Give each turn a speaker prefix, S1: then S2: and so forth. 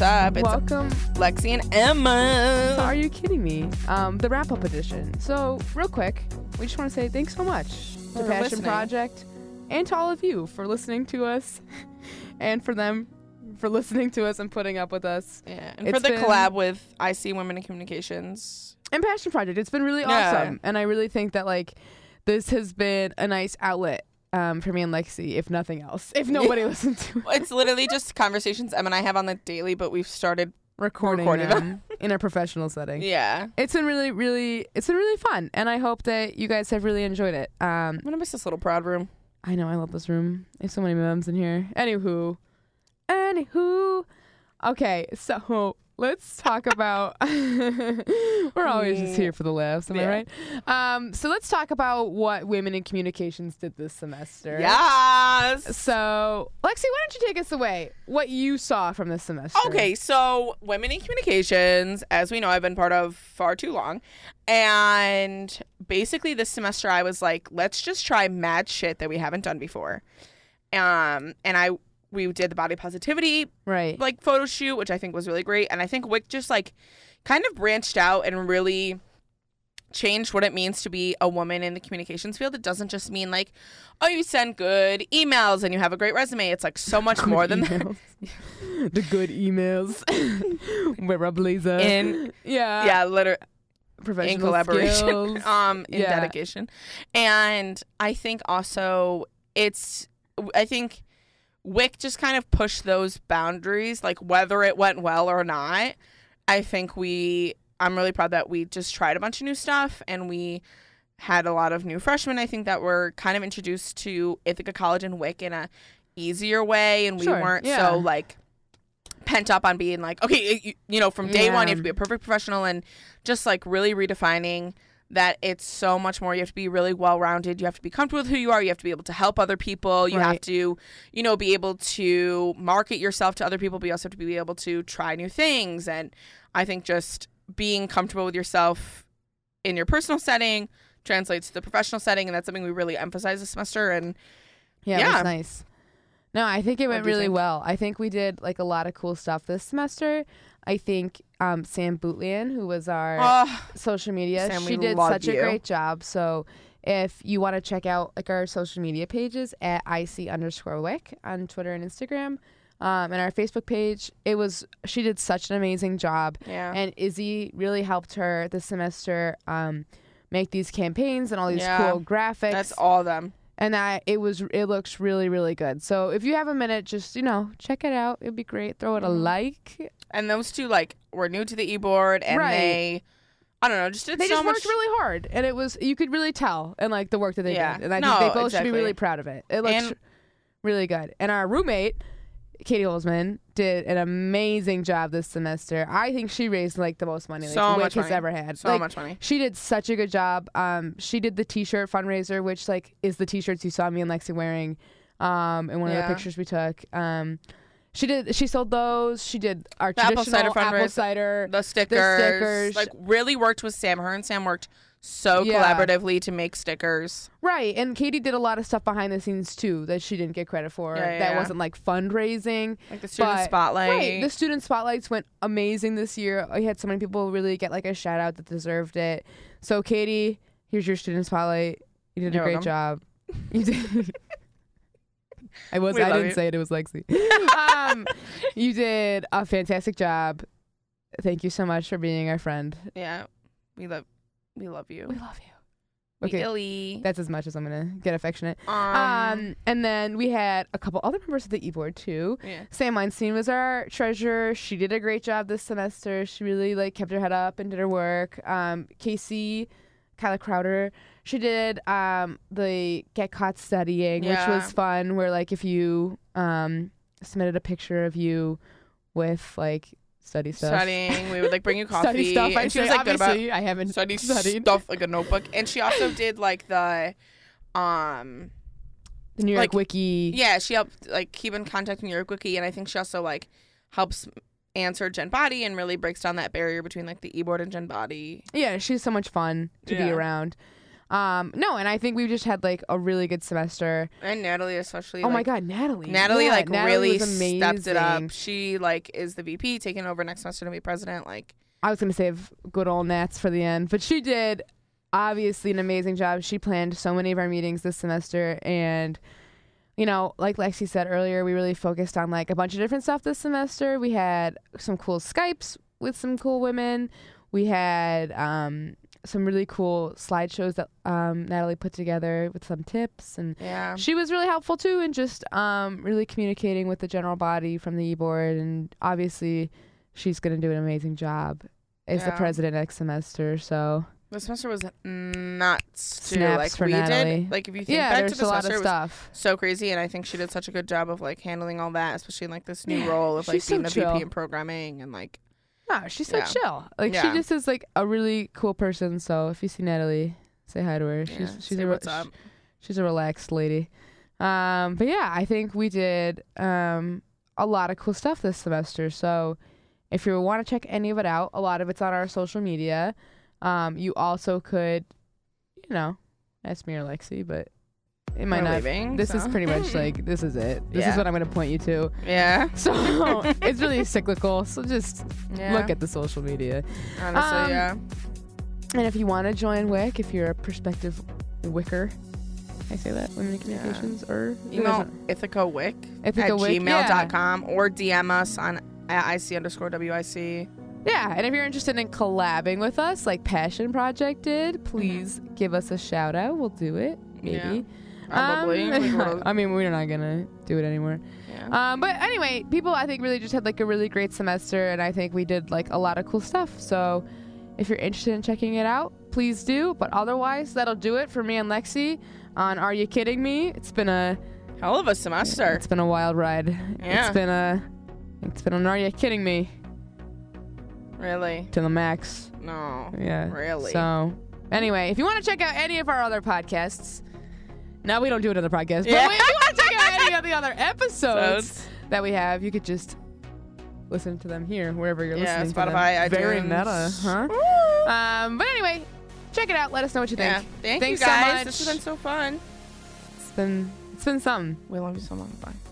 S1: up. It's
S2: Welcome.
S1: Lexi and Emma.
S2: Are you kidding me? Um, the wrap up edition. So, real quick, we just want to say thanks so much to
S1: For
S2: Passion
S1: listening.
S2: Project and to all of you for listening to us and for them for listening to us and putting up with us.
S1: Yeah, and for
S2: It's
S1: the
S2: been-
S1: collab with IC Women in Communications.
S2: And Passion Project, it's been really
S1: Yeah.
S2: awesome. And I really think that, like, this has been a nice outlet um, for me and Lexi, if nothing else, if nobody listened to it.
S1: It's literally just conversations Em and I have on the daily, but we've started.
S2: recording
S1: Recorded.
S2: them in a professional setting.
S1: Yeah, I'm
S2: It's been really, really, it's been really fun, and I hope that you guys have really enjoyed it. Um,
S1: gonna miss this little prod room.
S2: I know I love this room. There's so many memes in here. Anywho, anywho, okay, so let's talk about. we're always just here for the laughs, am
S1: Yeah.
S2: I right? Um, so let's talk about what women in communications did this semester.
S1: Yes.
S2: So, Lexi, why don't you take us away? What you saw from this semester?
S1: Okay, so Women in Communications, as we know, I've been part of far too long. And basically this semester I was like, let's just try mad shit that we haven't done before. Um and I we did the body positivity
S2: Right.
S1: like photo shoot, which I think was really great. And I think Wick just like kind of branched out and really changed what it means to be a woman in the communications field. It doesn't just mean like, oh, you send good emails and you have a great resume. It's like so much more than that.
S2: the good emails. We're a blazer.
S1: In- uh,
S2: yeah.
S1: Yeah, literally.
S2: Professional
S1: in collaboration
S2: skills.
S1: um in
S2: Yeah.
S1: dedication and i think also it's i think wick just kind of pushed those boundaries like whether it went well or not i think we i'm really proud that we just tried a bunch of new stuff and we had a lot of new freshmen i think that were kind of introduced to ithaca college and wick in a easier way and we
S2: Sure,
S1: weren't
S2: yeah.
S1: so like pent up on being like okay you, you know from day one you
S2: Yeah.
S1: have to be a perfect professional and just like really redefining that it's so much more you have to be really well rounded you have to be comfortable with who you are you have to be able to help other people you have
S2: Right.
S1: to you know be able to market yourself to other people but you also have to be able to try new things and i think just being comfortable with yourself in your personal setting translates to the professional setting and that's something we really emphasize this semester and
S2: Yeah, it
S1: Yeah.
S2: was nice. No, I think it went
S1: do you
S2: really
S1: think?
S2: well. I think we did like a lot of cool stuff this semester. I think um, Sam Bootlian, who was our
S1: oh,
S2: social media,
S1: Sam, we
S2: she did
S1: love
S2: such
S1: you.
S2: a great job. So if you want to check out like our social media pages at IC underscore Wick on Twitter and Instagram, um, and our Facebook page, it was she did such an amazing job.
S1: yeah
S2: And Izzy really helped her this semester um, make these campaigns and all these
S1: Yeah.
S2: cool graphics
S1: that's all them
S2: and that it was it looks really really good so if you have a minute just you know check it out it'd be great throw it a
S1: Mm-hmm.
S2: like
S1: and those two like were new to the e-board and
S2: Right.
S1: they i don't know just did
S2: they
S1: so
S2: just
S1: much
S2: worked really hard and it was you could really tell and like the work that they
S1: Yeah.
S2: did and i
S1: No,
S2: think they both should
S1: exactly.
S2: be really proud of it it looks
S1: And-
S2: really good and our roommate katie holzman did an amazing job this semester i think she raised like the most money like,
S1: So
S2: Wick
S1: much
S2: has
S1: money.
S2: ever had
S1: so
S2: Like,
S1: much money
S2: she did such a good job. Um, she did the T-shirt fundraiser, which like is the T-shirts you saw me and Lexi wearing, um, in one of
S1: Yeah.
S2: the pictures we took. Um, she did. She sold those. She did our
S1: The apple
S2: traditional
S1: cider
S2: apple cider.
S1: fundraiser. the stickers,
S2: stickers.
S1: like really worked with Sam. Her and Sam worked so
S2: Yeah.
S1: collaboratively to make stickers.
S2: right, and Katie did a lot of stuff behind the scenes too that she didn't get credit for.
S1: Yeah, yeah,
S2: that
S1: yeah.
S2: wasn't like fundraising.
S1: Like the student
S2: But-
S1: spotlight.
S2: Right, the student spotlights went amazing this year. I had so many people really get like a shout out that deserved it. So Katie, here's your student spotlight. You did
S1: You're
S2: a great
S1: welcome.
S2: job. You did. I was.
S1: We
S2: I
S1: love
S2: didn't
S1: you.
S2: say it. It was Lexi. um, you did a fantastic job. Thank you so much for being our friend.
S1: yeah, we love, we love you.
S2: love you.
S1: We
S2: Okay,
S1: Illy.
S2: that's as much as I'm gonna get affectionate.
S1: um,
S2: Um, and then we had a couple other members of the e board too.
S1: yeah.
S2: Sam Weinstein was our treasurer. She did a great job this semester. She really like kept her head up and did her work. Um, Casey, Kyla Crowder, she did um, the get caught studying,
S1: Yeah.
S2: which was fun. Where like if you um, submitted a picture of you with like study stuff,
S1: Studying, we would like bring you coffee.
S2: study stuff, I
S1: and she was like good about
S2: obviously I haven't
S1: study
S2: studied
S1: stuff, like a notebook. And she also did like the, um,
S2: the New York
S1: like-
S2: Wiki.
S1: yeah, she helped like keep in contact with New York Wiki, and I think she also like helps answer Gen Body and really breaks down that barrier between like the e board and Gen Body.
S2: Yeah, she's so much fun to
S1: Yeah.
S2: be around. Um, no, and I think we've just had like a really good semester.
S1: And Natalie, especially.
S2: Oh my
S1: like,
S2: god, Natalie!
S1: Natalie
S2: Yeah,
S1: like really
S2: was
S1: stepped
S2: amazing.
S1: it up. She like is the VP, taking over next semester to be president. Like
S2: I was gonna save good old Nats for the end, but she did obviously an amazing job. She planned so many of our meetings this semester, and you know, like Lexi said earlier, we really focused on like a bunch of different stuff this semester. We had some cool Skypes with some cool women. We had um, some really cool slideshows that um, Natalie put together with some tips, and
S1: yeah,
S2: she was really helpful too in just um, really communicating with the general body from the e-board and obviously she's going to do an amazing job as the
S1: Yeah.
S2: president next semester so
S1: the semester was nuts too.
S2: Snaps
S1: like
S2: for
S1: we
S2: Natalie.
S1: did. Like if you think
S2: yeah
S1: back to
S2: there's
S1: the
S2: a lot
S1: semester,
S2: of
S1: it was
S2: stuff
S1: so crazy, and I think she did such a good job of like handling all that, especially in like this new
S2: Yeah,
S1: role of like
S2: she's so
S1: being the
S2: chill.
S1: VP and programming and like
S2: no she's so
S1: Yeah.
S2: chill like
S1: Yeah.
S2: she just is like a really cool person so if you see natalie say hi to her
S1: yeah,
S2: she's she's
S1: say
S2: a, re-
S1: what's up.
S2: she's a relaxed lady um, but yeah i think we did um, a lot of cool stuff this semester so if you want to check any of it out a lot of it's on our social media um, you also could you know ask me or lexi but it might
S1: We're
S2: not
S1: leaving,
S2: this is
S1: so.
S2: pretty much like this is it this is
S1: Yeah.
S2: what i'm going to point you to
S1: Yeah.
S2: so it's really cyclical so just
S1: yeah.
S2: look at the social media
S1: honestly,
S2: um,
S1: yeah.
S2: and if you want to join WIC, if you're a prospective Wicker, I say that women in communications or
S1: Email Ithaca Wick at
S2: Ithaca Wick,
S1: gmail.com or DM us on at IC underscore WIC.
S2: Yeah, and if you're interested in collabing with us, like Passion Project
S1: Mm-hmm.
S2: did, please give us a shout out. We'll do it, maybe. Um,
S1: Probably. Like, we'll-
S2: I mean, we're not gonna do it anymore.
S1: yeah.
S2: Um, but anyway, people I think really just had like a really great semester, and I think we did like a lot of cool stuff. So if you're interested in checking it out, please do. But otherwise, that'll do it for me and Lexi on Are You Kidding Me? It's been a
S1: Hell of a semester.
S2: it's been a wild ride.
S1: Yeah.
S2: It's been a it's been an Are You Kidding Me
S1: Really?
S2: to the max.
S1: No.
S2: Yeah.
S1: Really?
S2: So, anyway, if you want to check out any of our other podcasts, no, we don't do another podcast,
S1: Yeah.
S2: but if you want to check out any of the other episodes
S1: Episodes.
S2: that we have, you could just listen to them here, wherever you're
S1: Yeah,
S2: listening
S1: Spotify,
S2: to them. Very
S1: iTunes.
S2: meta, huh? Um, but anyway, check it out. Let us know what you
S1: Yeah.
S2: think.
S1: Thank
S2: Thanks
S1: you
S2: so
S1: guys.
S2: much.
S1: This has been so fun.
S2: It's been, it's been something.
S1: We love you so much. Bye.